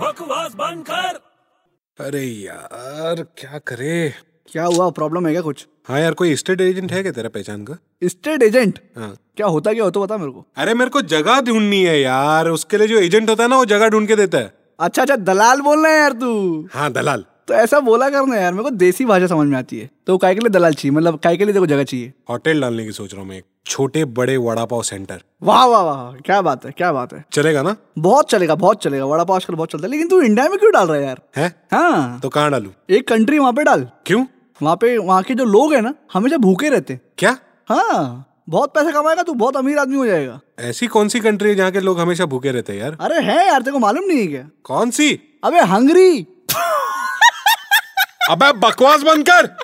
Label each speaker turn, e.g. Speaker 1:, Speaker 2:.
Speaker 1: बकवास बंद कर
Speaker 2: अरे यार क्या करे
Speaker 3: क्या हुआ प्रॉब्लम है क्या कुछ
Speaker 2: हाँ यार कोई स्टेट एजेंट है क्या तेरा पहचान का
Speaker 3: स्टेट एजेंट
Speaker 2: हाँ।
Speaker 3: क्या होता क्या होता बता मेरे को
Speaker 2: अरे मेरे को जगह ढूंढनी है यार उसके लिए जो एजेंट होता है ना वो जगह ढूंढ के देता है
Speaker 3: अच्छा अच्छा दलाल बोल रहे हैं यार तू
Speaker 2: हाँ दलाल
Speaker 3: तो ऐसा बोला करना यार मेरे को देसी भाषा समझ में आती है तो काय के लिए दलाल चाहिए मतलब काय के लिए देखो जगह चाहिए
Speaker 2: होटल डालने की सोच रहा हूँ मैं एक छोटे बड़े वड़ा पाव सेंटर
Speaker 3: वाह वाह वाह क्या बात है क्या बात है
Speaker 2: चलेगा ना
Speaker 3: बहुत चलेगा बहुत चलेगा वड़ा पाव आजकल बहुत चलता है लेकिन तू इंडिया में क्यों डाल रहा है यार
Speaker 2: है
Speaker 3: हाँ
Speaker 2: तो कहाँ डालू
Speaker 3: एक कंट्री वहाँ पे डाल
Speaker 2: क्यों
Speaker 3: वहाँ पे वहाँ के जो लोग हैं ना हमेशा भूखे रहते हैं।
Speaker 2: क्या
Speaker 3: हाँ बहुत पैसा कमाएगा तू बहुत अमीर आदमी हो जाएगा
Speaker 2: ऐसी कौन सी कंट्री है जहाँ के लोग हमेशा भूखे रहते हैं यार
Speaker 3: अरे है यार तेरे को मालूम नहीं है क्या
Speaker 2: कौन सी
Speaker 3: अबे हंगरी
Speaker 2: अबे बकवास बंद कर